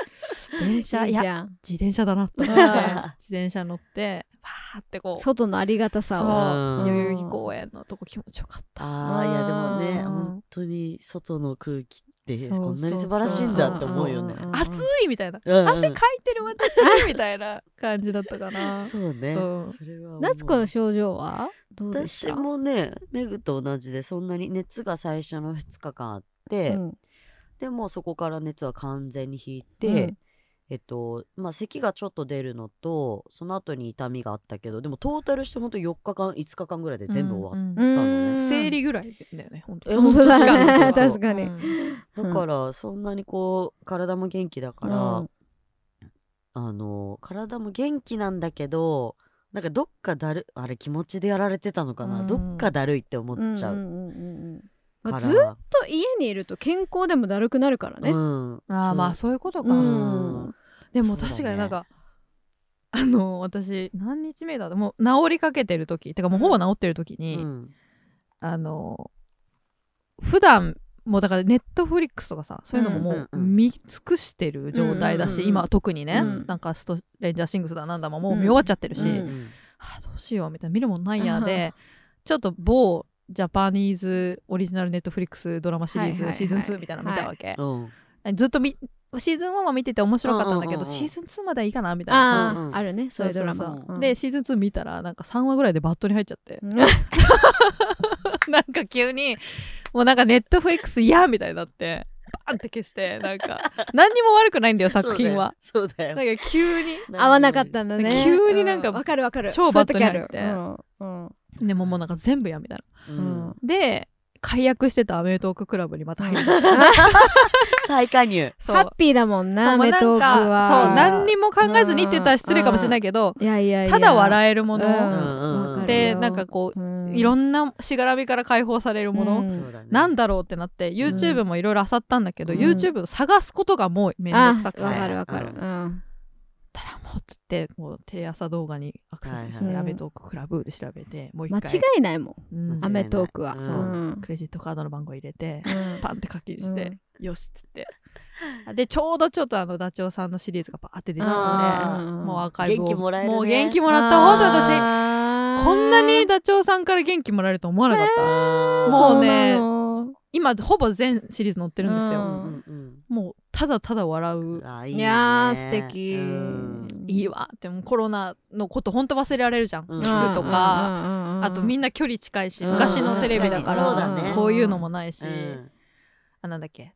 [SPEAKER 2] 電車
[SPEAKER 1] いい
[SPEAKER 2] いや
[SPEAKER 1] じゃん
[SPEAKER 2] 自転車だなと思って
[SPEAKER 1] うん
[SPEAKER 2] 自転車乗ってわーってこう
[SPEAKER 1] 外のありがたさ
[SPEAKER 2] そう
[SPEAKER 1] を
[SPEAKER 3] うん
[SPEAKER 2] 代々木公園のとこ気持ちよかった。
[SPEAKER 3] あーいやでもね
[SPEAKER 1] うん
[SPEAKER 3] 本当に外の空気って
[SPEAKER 2] そう
[SPEAKER 3] こんなに素晴らしいんだと思うよね
[SPEAKER 1] そうそう
[SPEAKER 2] 暑いみたいな、
[SPEAKER 3] うんうん
[SPEAKER 2] 汗かいてる私みたいな感じだったか
[SPEAKER 3] [laughs]
[SPEAKER 2] な。
[SPEAKER 3] そうね
[SPEAKER 2] そう
[SPEAKER 3] それは思う
[SPEAKER 1] 夏子の症状はどうでし
[SPEAKER 3] 私
[SPEAKER 1] た
[SPEAKER 3] もねメグと同じでそんなに熱が最初の2日間あっ
[SPEAKER 1] う
[SPEAKER 3] て
[SPEAKER 1] ん
[SPEAKER 3] でもうそこから熱は完全に引いて、
[SPEAKER 1] うん
[SPEAKER 3] えっとまあ咳がちょっと出るのとその後に痛みがあったけどでもトータルして本当4日間5日間ぐらいで全部終わっ
[SPEAKER 2] っ
[SPEAKER 1] うん
[SPEAKER 3] たのね、
[SPEAKER 2] 生理ぐらいだよね、本当
[SPEAKER 3] え
[SPEAKER 1] 本当だ
[SPEAKER 3] ね [laughs]
[SPEAKER 2] そう
[SPEAKER 1] 確かに
[SPEAKER 2] うん
[SPEAKER 3] だからそんなにこう体も元気だから、
[SPEAKER 1] うん
[SPEAKER 3] あの体も元気なんだけどなんかどっかだるあれ気持ちでやられてたのかな、
[SPEAKER 2] うん
[SPEAKER 3] どっかだるいって思っちゃ
[SPEAKER 1] ん
[SPEAKER 3] うん
[SPEAKER 1] うんうん
[SPEAKER 3] か
[SPEAKER 1] まあ
[SPEAKER 3] ら、
[SPEAKER 1] ずっと家にいると健康でもだるくなるからね
[SPEAKER 3] うん
[SPEAKER 2] ああまあ
[SPEAKER 3] そ
[SPEAKER 2] そういうこと
[SPEAKER 3] う
[SPEAKER 2] か。
[SPEAKER 1] ん
[SPEAKER 2] でも
[SPEAKER 3] そうだね
[SPEAKER 2] 確かになんか、あの私何日目だろうもう治りかけてる時てかもうほぼ治ってる時
[SPEAKER 3] う
[SPEAKER 2] に、
[SPEAKER 3] ん
[SPEAKER 2] あの普段もうだからネットフリックスとかさそういうのもも
[SPEAKER 3] う
[SPEAKER 2] うん
[SPEAKER 3] うんうん
[SPEAKER 2] 見尽くしてる状態だし、
[SPEAKER 1] うんうんうん
[SPEAKER 2] 今は特にね、
[SPEAKER 1] うん
[SPEAKER 2] なんかストレンジャーシングスだなんだももう見終わっちゃってるし、
[SPEAKER 1] うん
[SPEAKER 3] うん
[SPEAKER 2] はあどうしようみたいな見るもんないやでちょっと某ジャパニーズオリジナルネットフリックスドラマシリー
[SPEAKER 1] はい
[SPEAKER 2] ズ、
[SPEAKER 1] はいはい
[SPEAKER 2] シーズン2みたいなの見たわけ、
[SPEAKER 3] うん
[SPEAKER 2] ずっとみシーズン1は見てて面白かったんだけど、
[SPEAKER 3] うんうんうんうん
[SPEAKER 2] シーズン2まではいいかなみたいな
[SPEAKER 1] あ
[SPEAKER 3] うんう
[SPEAKER 1] ー
[SPEAKER 3] ん
[SPEAKER 1] あるねそういうドラマ
[SPEAKER 3] そうそうそ
[SPEAKER 1] うん
[SPEAKER 2] でシーズン2見たらなんか3話ぐらいでバットに入っちゃって
[SPEAKER 1] うん
[SPEAKER 2] [laughs] なんか急にもうなんかネットフリックス嫌みたいになってバーンって消してなんか何にも悪くないんだよ作品は
[SPEAKER 3] そうだよ
[SPEAKER 2] なんか急に
[SPEAKER 1] [laughs] 合わなかったんだね
[SPEAKER 2] 急になんか
[SPEAKER 1] うわかるわかる
[SPEAKER 2] 超
[SPEAKER 1] そういう時あ
[SPEAKER 2] バ
[SPEAKER 1] る
[SPEAKER 2] ットに入
[SPEAKER 1] うんうん
[SPEAKER 2] でももうなんか全部やみたいな
[SPEAKER 3] う
[SPEAKER 1] うんん
[SPEAKER 2] [laughs] で解約してたアメトーククラブにまた入
[SPEAKER 1] [laughs]
[SPEAKER 2] っちゃった
[SPEAKER 3] 再加入
[SPEAKER 2] そう
[SPEAKER 1] ハッピーだもん
[SPEAKER 2] そ
[SPEAKER 1] な
[SPEAKER 2] うもう
[SPEAKER 1] メ
[SPEAKER 2] なんか
[SPEAKER 1] トークは
[SPEAKER 2] そう何にも考えずにって言ったら失礼かもしれないけど
[SPEAKER 1] いやいやいや
[SPEAKER 2] ただ笑えるも
[SPEAKER 1] うん
[SPEAKER 2] の
[SPEAKER 3] うん
[SPEAKER 1] わかる
[SPEAKER 2] で
[SPEAKER 1] よ
[SPEAKER 2] なんかこ
[SPEAKER 1] う
[SPEAKER 2] うんいろんなしがらみから解放されるも
[SPEAKER 1] う
[SPEAKER 2] の
[SPEAKER 1] ん
[SPEAKER 3] そうだね
[SPEAKER 2] なんだろうってなって YouTube もいろいろ漁ったんだけど
[SPEAKER 1] うん
[SPEAKER 2] YouTube を探すことがもうめんど
[SPEAKER 1] あ
[SPEAKER 2] くさくて
[SPEAKER 1] わか
[SPEAKER 2] だ
[SPEAKER 1] るわかるうん
[SPEAKER 2] らもうっつってもうテレ朝動画にアクセス
[SPEAKER 1] は
[SPEAKER 2] し
[SPEAKER 1] い
[SPEAKER 2] て
[SPEAKER 1] はい
[SPEAKER 2] アメトーククラブで調べてもう一
[SPEAKER 1] 間違
[SPEAKER 2] 回
[SPEAKER 1] いないもん
[SPEAKER 2] うん
[SPEAKER 1] アメトークは
[SPEAKER 3] うん
[SPEAKER 1] うん
[SPEAKER 2] クレジットカードの番号入
[SPEAKER 1] [laughs]
[SPEAKER 2] れて
[SPEAKER 1] うん
[SPEAKER 2] パンって課金してよしっつってでちょうどちょっとあのダチョウさんのシリーズがバーって出てた
[SPEAKER 1] あ
[SPEAKER 2] の
[SPEAKER 1] ー
[SPEAKER 2] でもうアーカイブを
[SPEAKER 3] 元気もらえるね
[SPEAKER 2] う元気もらった本当
[SPEAKER 1] 私
[SPEAKER 2] 私こんなにダチョウさんから元気もらえると思わなかった、もうね今ほぼ全シリーズ載ってるんです
[SPEAKER 1] う
[SPEAKER 2] よ、
[SPEAKER 1] ん
[SPEAKER 3] うん
[SPEAKER 2] もうただただ笑
[SPEAKER 3] うん
[SPEAKER 2] う
[SPEAKER 3] あいい
[SPEAKER 1] い
[SPEAKER 3] ね
[SPEAKER 1] やー素敵
[SPEAKER 3] うん
[SPEAKER 2] いいわってもうコロナのこと本当忘れられるじゃん、
[SPEAKER 3] うん
[SPEAKER 2] キスとか、あとみ
[SPEAKER 1] なん
[SPEAKER 2] な距離近いし、
[SPEAKER 3] うん
[SPEAKER 2] 昔のテレビだか
[SPEAKER 3] 確
[SPEAKER 2] ら
[SPEAKER 3] かにそうだね
[SPEAKER 2] こういうのもないし、
[SPEAKER 3] うん
[SPEAKER 2] あなんだっけ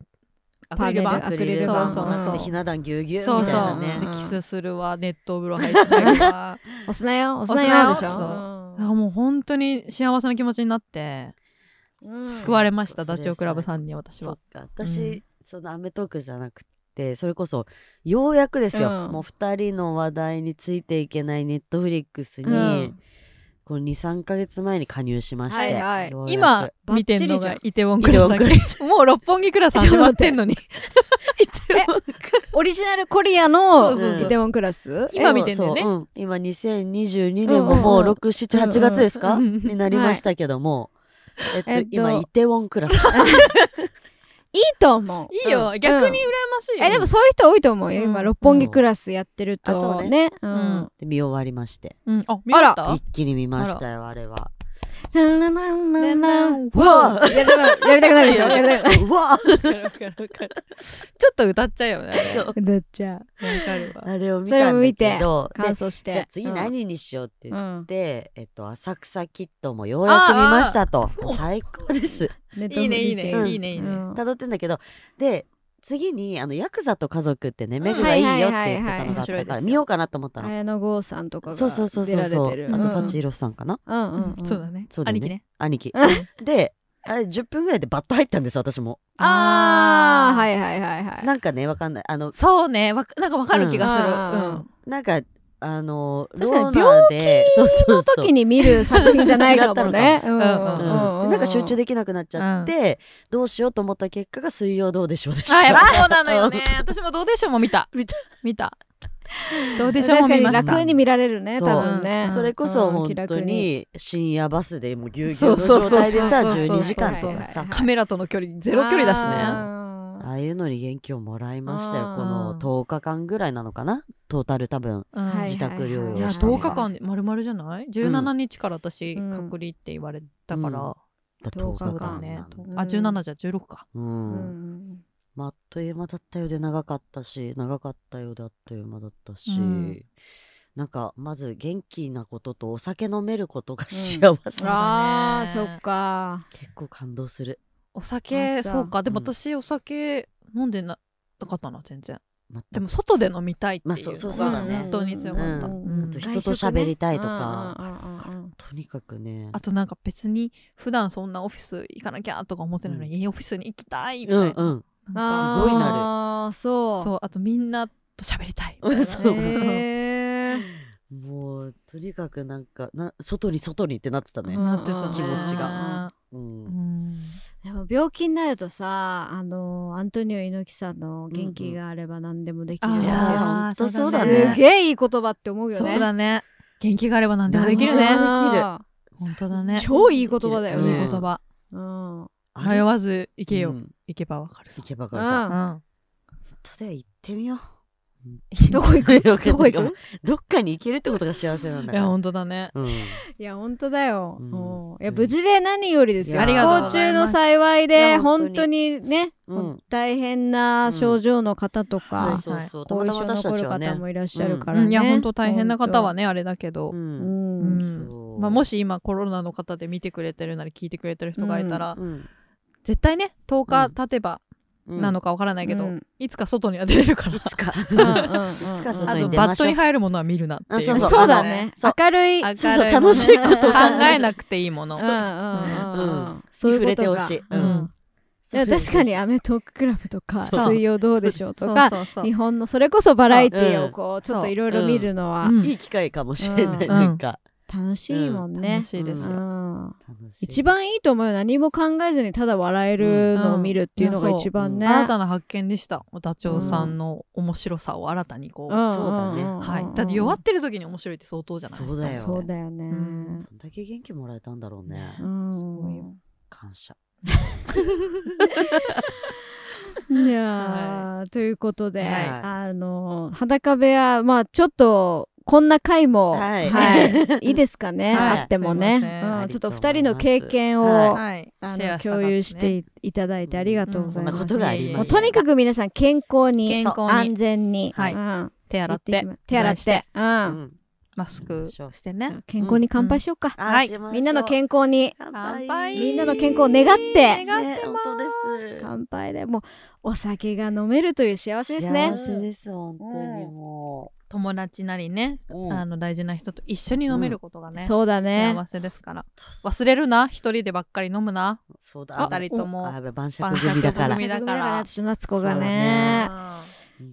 [SPEAKER 2] ア
[SPEAKER 1] パネル
[SPEAKER 2] 板
[SPEAKER 1] アクリル
[SPEAKER 2] そう
[SPEAKER 1] 板
[SPEAKER 2] そう
[SPEAKER 3] なん
[SPEAKER 2] そ
[SPEAKER 3] で
[SPEAKER 2] う
[SPEAKER 3] ひな壇ぎゅうぎゅう
[SPEAKER 2] そ
[SPEAKER 3] み
[SPEAKER 2] う
[SPEAKER 3] たい
[SPEAKER 2] そ
[SPEAKER 3] な
[SPEAKER 2] う、
[SPEAKER 3] ね
[SPEAKER 2] で
[SPEAKER 1] うん
[SPEAKER 2] キスするわ熱湯風呂入ったりわ
[SPEAKER 1] 押すなよ押すなよでし
[SPEAKER 2] 押すな
[SPEAKER 1] ょ
[SPEAKER 2] あもう本当に幸せな気持ちになって
[SPEAKER 1] うん
[SPEAKER 2] 救われました、
[SPEAKER 3] うん
[SPEAKER 2] ダチョウ倶楽部さんに私
[SPEAKER 3] そ
[SPEAKER 2] は
[SPEAKER 3] っか私、そのアメトークじゃなくてそれこそようやくですよ、
[SPEAKER 1] うん
[SPEAKER 3] もう2人の話題についていけないネットフリックスに、
[SPEAKER 1] うん
[SPEAKER 3] この23か月前に加入しまして、
[SPEAKER 1] はいはい
[SPEAKER 3] ようやく
[SPEAKER 2] 今見てん
[SPEAKER 1] バ
[SPEAKER 2] の
[SPEAKER 1] ッ
[SPEAKER 2] が
[SPEAKER 1] チ
[SPEAKER 2] イテウォンクラスだ
[SPEAKER 3] イテウォンクラ
[SPEAKER 2] けもう六本木クラス始まってんのに
[SPEAKER 1] オリジナルコリア
[SPEAKER 2] そうそう
[SPEAKER 1] の
[SPEAKER 3] そう
[SPEAKER 1] イテウォンクラス
[SPEAKER 2] 今見てんだよね
[SPEAKER 3] そうそううん今2022年もも
[SPEAKER 1] う
[SPEAKER 3] う
[SPEAKER 1] んうんうん
[SPEAKER 3] 678月ですか、
[SPEAKER 2] うんうん
[SPEAKER 3] になりましたけども、
[SPEAKER 1] え
[SPEAKER 3] え
[SPEAKER 1] っ
[SPEAKER 3] っ
[SPEAKER 1] と
[SPEAKER 3] と今イテウォンクラス
[SPEAKER 1] いいと思う
[SPEAKER 2] いいよ、
[SPEAKER 1] うん
[SPEAKER 2] 逆に羨ま
[SPEAKER 1] うん
[SPEAKER 2] しいよ
[SPEAKER 1] えでもそういう人多いと思うよ
[SPEAKER 2] うん
[SPEAKER 1] 今六本木クラスやってる
[SPEAKER 3] あそ
[SPEAKER 1] と
[SPEAKER 3] う
[SPEAKER 1] ねうん
[SPEAKER 2] ん
[SPEAKER 3] で見終わりまして
[SPEAKER 2] うん、あ見終わっ
[SPEAKER 1] あ
[SPEAKER 2] た
[SPEAKER 3] 一気に見ましたよあれは
[SPEAKER 1] ランランランランラン
[SPEAKER 3] うわ
[SPEAKER 1] やりたくなるやりたくなるでし [laughs] ょやりたくなる
[SPEAKER 3] [laughs] うわ
[SPEAKER 2] わかるわかるわかるちょっと歌っちゃうよねあれ
[SPEAKER 3] そ
[SPEAKER 1] [laughs]
[SPEAKER 2] わ
[SPEAKER 3] う
[SPEAKER 1] だっちゃう
[SPEAKER 2] かるわ
[SPEAKER 3] あれを見たんだけどで
[SPEAKER 1] 感想して
[SPEAKER 3] じゃあ次
[SPEAKER 1] うん
[SPEAKER 3] 何にしようって言っ
[SPEAKER 1] うん
[SPEAKER 3] て、えっと、浅草キッドもようやく見ましたと
[SPEAKER 2] あー
[SPEAKER 3] もう最高です
[SPEAKER 1] ネット
[SPEAKER 2] いいねいいね
[SPEAKER 1] フリー
[SPEAKER 2] いいねいいね
[SPEAKER 1] うん
[SPEAKER 3] 辿ってんだけどで次にあのヤクザと家族ってね
[SPEAKER 2] ん
[SPEAKER 3] めぐがいいよって言って
[SPEAKER 1] はいはい
[SPEAKER 3] た
[SPEAKER 1] はいはい
[SPEAKER 3] のがあ
[SPEAKER 2] 面
[SPEAKER 3] った
[SPEAKER 2] 白い
[SPEAKER 3] か
[SPEAKER 2] で
[SPEAKER 3] ら
[SPEAKER 2] すよ
[SPEAKER 3] 見ようかなと思ったの
[SPEAKER 1] 綾野剛さんとかが
[SPEAKER 3] そうそうそう
[SPEAKER 1] 出
[SPEAKER 3] そう
[SPEAKER 1] ら
[SPEAKER 3] そ
[SPEAKER 1] れて
[SPEAKER 3] う
[SPEAKER 1] る
[SPEAKER 3] あと
[SPEAKER 1] うん
[SPEAKER 3] 舘ひろしさんかな
[SPEAKER 1] うんうんうん
[SPEAKER 2] そうだね
[SPEAKER 3] そうだね
[SPEAKER 2] 兄貴ね
[SPEAKER 3] 兄貴
[SPEAKER 1] う
[SPEAKER 3] [laughs] であれ10分ぐらいでバッと入ったんです私も
[SPEAKER 1] ああはい
[SPEAKER 2] い
[SPEAKER 1] はいはいはい
[SPEAKER 3] なんかねわかんないあの
[SPEAKER 2] そうねわかなんかわかる気がする、
[SPEAKER 1] うん
[SPEAKER 2] うん
[SPEAKER 3] なんかあの
[SPEAKER 1] 確かに
[SPEAKER 3] ローマでそうそう
[SPEAKER 1] その時に見る作品じゃないかも
[SPEAKER 3] [laughs]
[SPEAKER 1] ね。うん
[SPEAKER 2] ったのかも
[SPEAKER 3] うん
[SPEAKER 2] う
[SPEAKER 3] でなんか集中できなくなっちゃって、どうしようと思った結果が水曜どうでしょうでした
[SPEAKER 2] あ、やっぱそうなのよね。私もどうでしょうも見た。見た。見た。どうでしょう
[SPEAKER 1] 確か
[SPEAKER 2] も見
[SPEAKER 1] に
[SPEAKER 2] ました。
[SPEAKER 1] 楽に見られるね、
[SPEAKER 3] [laughs] そう
[SPEAKER 1] 多分ね。
[SPEAKER 3] それこそ本
[SPEAKER 1] うん気
[SPEAKER 3] 当
[SPEAKER 1] 楽
[SPEAKER 3] に深夜バスでもうぎゅうぎゅ
[SPEAKER 2] そうう
[SPEAKER 3] の
[SPEAKER 2] そうそう
[SPEAKER 3] 状態でさ
[SPEAKER 2] そうそうそう
[SPEAKER 3] 12時間とか
[SPEAKER 1] はいはいは
[SPEAKER 3] さ
[SPEAKER 1] い
[SPEAKER 2] カメラとの距離、ゼロ距離だしね。
[SPEAKER 1] あー
[SPEAKER 3] ああいうのに元気をもらいましたよ
[SPEAKER 1] あー
[SPEAKER 3] この10日間ぐらいなのかなトータル多分
[SPEAKER 2] うん
[SPEAKER 1] はい
[SPEAKER 3] 自宅療養
[SPEAKER 2] いや、
[SPEAKER 3] したの
[SPEAKER 2] 10
[SPEAKER 3] が
[SPEAKER 2] 日間まるまるじゃない？17日から私
[SPEAKER 1] うん
[SPEAKER 2] 隔離って言われたから、
[SPEAKER 3] うんだ
[SPEAKER 1] 10日間
[SPEAKER 2] そうだね
[SPEAKER 3] な。の
[SPEAKER 1] うん
[SPEAKER 2] あ、17じゃ16か。
[SPEAKER 3] う、
[SPEAKER 1] うんん
[SPEAKER 3] まああっという間だったようで長かったし長かったようであっという間だったし、
[SPEAKER 2] うん
[SPEAKER 3] なんかまず元気なこととお酒飲めることが
[SPEAKER 1] ん
[SPEAKER 3] 幸せ、
[SPEAKER 2] うわ
[SPEAKER 1] あー、
[SPEAKER 2] そ
[SPEAKER 1] そう
[SPEAKER 2] だね
[SPEAKER 1] っか。
[SPEAKER 3] 結構感動する
[SPEAKER 2] お酒、
[SPEAKER 1] あそう
[SPEAKER 2] そうか。でも
[SPEAKER 3] うん
[SPEAKER 2] 私お酒飲んでなかったな全然。
[SPEAKER 3] また
[SPEAKER 2] でも外で飲みたいっていう
[SPEAKER 3] ま
[SPEAKER 2] の
[SPEAKER 3] あ
[SPEAKER 2] が
[SPEAKER 3] そうそうそうだね
[SPEAKER 2] 本当に強かった。
[SPEAKER 3] うん
[SPEAKER 2] うん
[SPEAKER 3] あと人と喋りたいとか、
[SPEAKER 1] 外食ねうんうんうんうん
[SPEAKER 3] とにかくね
[SPEAKER 2] あとなんか別に普段そんなオフィス行かなきゃとか思ってないのに、いいオフィスに行きたいみたい
[SPEAKER 3] うん
[SPEAKER 2] な。
[SPEAKER 3] うん
[SPEAKER 2] なんか
[SPEAKER 3] すごいなる
[SPEAKER 1] ああ、そう。
[SPEAKER 2] そうあとみんなと喋りたいみたいな、 [laughs]
[SPEAKER 3] うんそう
[SPEAKER 1] へー
[SPEAKER 3] もうとにかくなんかな外に外にってなってたね、
[SPEAKER 2] なってたね
[SPEAKER 3] 気持ち
[SPEAKER 1] が。
[SPEAKER 3] うん
[SPEAKER 2] うん
[SPEAKER 1] でも病気になるとさ、あの、アントニオ猪木さんの元気があれば何でもできるって
[SPEAKER 2] い
[SPEAKER 1] いう
[SPEAKER 2] や
[SPEAKER 1] の
[SPEAKER 2] ー
[SPEAKER 3] ほんとそうだ
[SPEAKER 2] そうだ
[SPEAKER 1] す
[SPEAKER 3] ね
[SPEAKER 1] げえいい言葉って思うよね。
[SPEAKER 2] そうだね元気があれば何でもできる
[SPEAKER 3] 何
[SPEAKER 2] ね
[SPEAKER 3] でもできる
[SPEAKER 2] 本当だね
[SPEAKER 1] 超いい言葉だよ
[SPEAKER 2] いい
[SPEAKER 1] ね
[SPEAKER 2] 言葉
[SPEAKER 1] うん。うん
[SPEAKER 3] あ
[SPEAKER 2] 迷
[SPEAKER 3] れ
[SPEAKER 2] わず行けよ、
[SPEAKER 3] うん
[SPEAKER 2] 行けばわかるさ
[SPEAKER 3] 行けばからさ
[SPEAKER 1] うん
[SPEAKER 2] うん [laughs]
[SPEAKER 3] 本当だよ行ってみよう
[SPEAKER 1] どこ行く
[SPEAKER 3] わかんない
[SPEAKER 1] どこ行く
[SPEAKER 3] [laughs] どっかに行けるってことが幸せなんだ
[SPEAKER 2] い
[SPEAKER 3] か
[SPEAKER 2] や
[SPEAKER 3] ら。
[SPEAKER 2] 本当だね
[SPEAKER 3] うん、
[SPEAKER 1] いや本当だよ、
[SPEAKER 3] うん
[SPEAKER 1] もういや無事で何よりですよ
[SPEAKER 3] いやありがとう
[SPEAKER 1] 不
[SPEAKER 3] ご
[SPEAKER 1] 幸中
[SPEAKER 2] ざいま
[SPEAKER 1] の
[SPEAKER 2] す
[SPEAKER 1] 幸い
[SPEAKER 3] い
[SPEAKER 1] で
[SPEAKER 3] や
[SPEAKER 1] 本
[SPEAKER 3] 本
[SPEAKER 1] 当
[SPEAKER 3] 当
[SPEAKER 1] にね、
[SPEAKER 3] うん
[SPEAKER 1] 大変な症状の方と
[SPEAKER 3] そう
[SPEAKER 1] か、
[SPEAKER 3] そうそう。た
[SPEAKER 1] 後
[SPEAKER 3] ま
[SPEAKER 1] 遺
[SPEAKER 3] た
[SPEAKER 1] 症
[SPEAKER 3] ま私た
[SPEAKER 1] 残
[SPEAKER 3] ち
[SPEAKER 1] る
[SPEAKER 3] は
[SPEAKER 1] 方
[SPEAKER 3] ね。
[SPEAKER 1] もいらっしゃるか
[SPEAKER 2] う
[SPEAKER 1] らね、
[SPEAKER 2] んいや本当大変な方はねあれだけど、
[SPEAKER 1] う
[SPEAKER 3] う。
[SPEAKER 1] んん、
[SPEAKER 2] うん
[SPEAKER 3] そう
[SPEAKER 2] まあ、もし今コロナの方で見てくれてるなり聞いてくれてる人がいたら、
[SPEAKER 3] うん
[SPEAKER 2] 絶対ね10
[SPEAKER 3] う
[SPEAKER 2] 日
[SPEAKER 3] ん
[SPEAKER 2] 経てば
[SPEAKER 3] うん
[SPEAKER 2] なのかわからないけど、
[SPEAKER 1] うん
[SPEAKER 2] いつか外には出れるから
[SPEAKER 3] いつか。
[SPEAKER 1] うんうんうんうん
[SPEAKER 3] いつか
[SPEAKER 2] あと
[SPEAKER 3] 外に出ましょう
[SPEAKER 2] バットに入るものは見るなってい
[SPEAKER 3] あそうそう
[SPEAKER 1] そうだね
[SPEAKER 3] そう
[SPEAKER 1] 明るい
[SPEAKER 2] 明る
[SPEAKER 3] そうそう
[SPEAKER 2] いもの
[SPEAKER 3] 楽しいことを
[SPEAKER 2] 考えなくていいもの
[SPEAKER 1] うんうんうんうん
[SPEAKER 3] う
[SPEAKER 1] そういうこと
[SPEAKER 3] に触れてほしい
[SPEAKER 1] が
[SPEAKER 2] うん
[SPEAKER 1] うんでも確かに『アメトーククラブ』とか
[SPEAKER 3] そう
[SPEAKER 1] 『水曜どうでしょう』と
[SPEAKER 2] と
[SPEAKER 1] か
[SPEAKER 2] か
[SPEAKER 1] 日本のそれこそバラエティーをこうち
[SPEAKER 2] そう
[SPEAKER 1] ょっといろいろ見るのは
[SPEAKER 2] うん
[SPEAKER 3] いい機会かもしれな
[SPEAKER 1] う
[SPEAKER 3] い、
[SPEAKER 1] ん
[SPEAKER 3] なんか
[SPEAKER 1] 楽しいもんね
[SPEAKER 2] 楽。しいですよ、
[SPEAKER 1] うん
[SPEAKER 3] 楽しい
[SPEAKER 1] 一番いいと思うよ何も考えずにただ笑えるのを見るっていうのが
[SPEAKER 2] うんうん
[SPEAKER 1] 一番ね。
[SPEAKER 2] 新たな発見でしたおダチョウさんの面白さを新たにこう、
[SPEAKER 1] ん
[SPEAKER 3] そうだね
[SPEAKER 2] はい、だって弱ってる時に面白いって相当じゃない
[SPEAKER 3] そうだよ
[SPEAKER 1] そうだよね。
[SPEAKER 2] う
[SPEAKER 1] うん
[SPEAKER 2] ん
[SPEAKER 3] どんだけ元気もらえたんだろうね、
[SPEAKER 2] ごいよ
[SPEAKER 3] 感謝
[SPEAKER 1] いやーということで、
[SPEAKER 2] はい
[SPEAKER 1] あの裸部屋まあちょっとこんな回も、
[SPEAKER 3] はい
[SPEAKER 1] い、
[SPEAKER 3] [laughs]
[SPEAKER 1] いいですかね、
[SPEAKER 2] はい
[SPEAKER 1] あってもね、
[SPEAKER 2] すいません
[SPEAKER 1] うんちょっと二人の経験を、
[SPEAKER 3] はい
[SPEAKER 2] はい
[SPEAKER 1] あ
[SPEAKER 2] シェ
[SPEAKER 1] の
[SPEAKER 2] アしたか
[SPEAKER 1] 共
[SPEAKER 2] ったね
[SPEAKER 1] 有していただいてありがとうござ
[SPEAKER 3] こ
[SPEAKER 1] い
[SPEAKER 3] ん
[SPEAKER 1] ま
[SPEAKER 3] な
[SPEAKER 1] す。
[SPEAKER 3] ことがあり
[SPEAKER 1] も
[SPEAKER 3] ま
[SPEAKER 1] う
[SPEAKER 3] し
[SPEAKER 1] と
[SPEAKER 3] た
[SPEAKER 1] にかく皆さん健康に
[SPEAKER 2] 健康に
[SPEAKER 1] 安全に、
[SPEAKER 2] はい
[SPEAKER 1] うん
[SPEAKER 2] 手洗っ
[SPEAKER 1] や
[SPEAKER 2] て
[SPEAKER 1] きま手洗って、うん
[SPEAKER 3] うん
[SPEAKER 2] マスクしてね
[SPEAKER 1] 健康に乾杯しようか、
[SPEAKER 3] あ
[SPEAKER 2] はい
[SPEAKER 3] しましょう
[SPEAKER 1] みんなの健康に
[SPEAKER 3] 乾
[SPEAKER 2] 乾杯
[SPEAKER 1] みんなの健康を願って
[SPEAKER 2] 願っ
[SPEAKER 3] ね
[SPEAKER 2] てま
[SPEAKER 3] 本当です
[SPEAKER 1] 乾杯でもうお酒が飲めるという幸せですね。
[SPEAKER 3] 幸せです本当にも
[SPEAKER 2] 友達なりね、
[SPEAKER 3] う、うん
[SPEAKER 2] あの大事な人と一緒に飲めることがね、
[SPEAKER 1] そうだね。
[SPEAKER 2] 幸せですから忘れるな一人でばっかり飲むな
[SPEAKER 3] そうだ
[SPEAKER 2] 二人とも
[SPEAKER 3] あやべ晩酌組だから
[SPEAKER 2] 晩酌組だから
[SPEAKER 1] 私の夏子が
[SPEAKER 3] そうだ
[SPEAKER 1] ね
[SPEAKER 3] ね。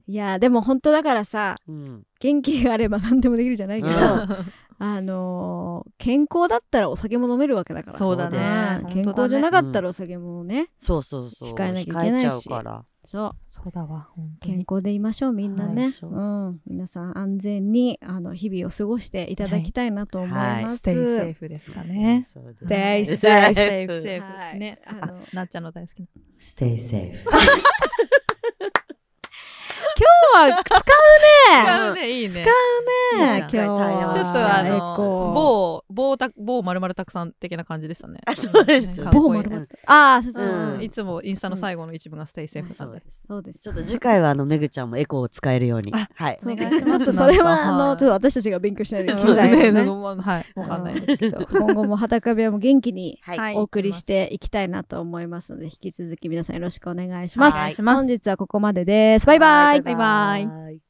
[SPEAKER 1] いやでも本当だからさ
[SPEAKER 3] うん
[SPEAKER 1] 元気があれば何でもできるじゃないけど、
[SPEAKER 3] うん
[SPEAKER 1] あのー健康だったらお酒も飲めるわけだから
[SPEAKER 2] そうだね
[SPEAKER 1] ね健
[SPEAKER 2] 本当
[SPEAKER 1] 康
[SPEAKER 2] だね
[SPEAKER 1] じゃなかったらお酒もね、
[SPEAKER 3] そうそうそう
[SPEAKER 1] 控えなきゃいけないし
[SPEAKER 3] 控えちゃうから
[SPEAKER 1] そう
[SPEAKER 2] [laughs] そうだわ本当
[SPEAKER 1] 健
[SPEAKER 2] に
[SPEAKER 1] 康でいましょうみんなね、
[SPEAKER 3] はい
[SPEAKER 1] うん、皆さん安全にあの日々を過ごしていただきたいなと思いま
[SPEAKER 2] ス
[SPEAKER 1] す。
[SPEAKER 2] テイセーフですかね
[SPEAKER 3] そうです
[SPEAKER 1] 大セ
[SPEAKER 3] Stay
[SPEAKER 1] ー
[SPEAKER 3] safe
[SPEAKER 1] フ。
[SPEAKER 2] セーフセーフ、
[SPEAKER 1] はい
[SPEAKER 2] ね
[SPEAKER 1] あの
[SPEAKER 2] なっちゃんの大好きな
[SPEAKER 3] Stay safe
[SPEAKER 1] 今日は使
[SPEAKER 2] 使うねいいね
[SPEAKER 1] うね
[SPEAKER 2] 使う
[SPEAKER 1] 今日は
[SPEAKER 2] ちょっとあ
[SPEAKER 1] エ
[SPEAKER 2] の
[SPEAKER 1] コー
[SPEAKER 2] 某某た某まるまるたくさん的な感じでしたね
[SPEAKER 3] あそうですよ
[SPEAKER 2] かっ
[SPEAKER 1] 某
[SPEAKER 2] こいい
[SPEAKER 1] 丸々ああそうそうう、
[SPEAKER 2] ん
[SPEAKER 3] うん
[SPEAKER 2] いつもインスタの最後の一部がステイセーフな
[SPEAKER 3] そ
[SPEAKER 2] ん
[SPEAKER 3] う
[SPEAKER 2] で
[SPEAKER 3] です
[SPEAKER 1] そうです
[SPEAKER 3] ちょっと次回はあのめぐちゃんもエコーを使えるように
[SPEAKER 2] あ
[SPEAKER 3] はい
[SPEAKER 2] そう
[SPEAKER 1] ち
[SPEAKER 2] お願いします
[SPEAKER 1] ょっとそれはあ
[SPEAKER 2] なんかは
[SPEAKER 1] の
[SPEAKER 2] い
[SPEAKER 1] ちょっと私たちが勉強しないで
[SPEAKER 2] そ
[SPEAKER 1] 機
[SPEAKER 2] う
[SPEAKER 1] 材
[SPEAKER 2] ね
[SPEAKER 1] を
[SPEAKER 2] [laughs] な
[SPEAKER 1] ね
[SPEAKER 2] んかもうはいわかんない
[SPEAKER 1] あのちょっと今後も裸部屋も元気に
[SPEAKER 3] はい
[SPEAKER 2] はい
[SPEAKER 1] お送りしていきたいなと思いますので引き続き皆さんよろしくお願いします。
[SPEAKER 3] は
[SPEAKER 2] お
[SPEAKER 3] い
[SPEAKER 2] 願いします
[SPEAKER 1] 本日はここまでです。バイバイ。
[SPEAKER 3] バイバイ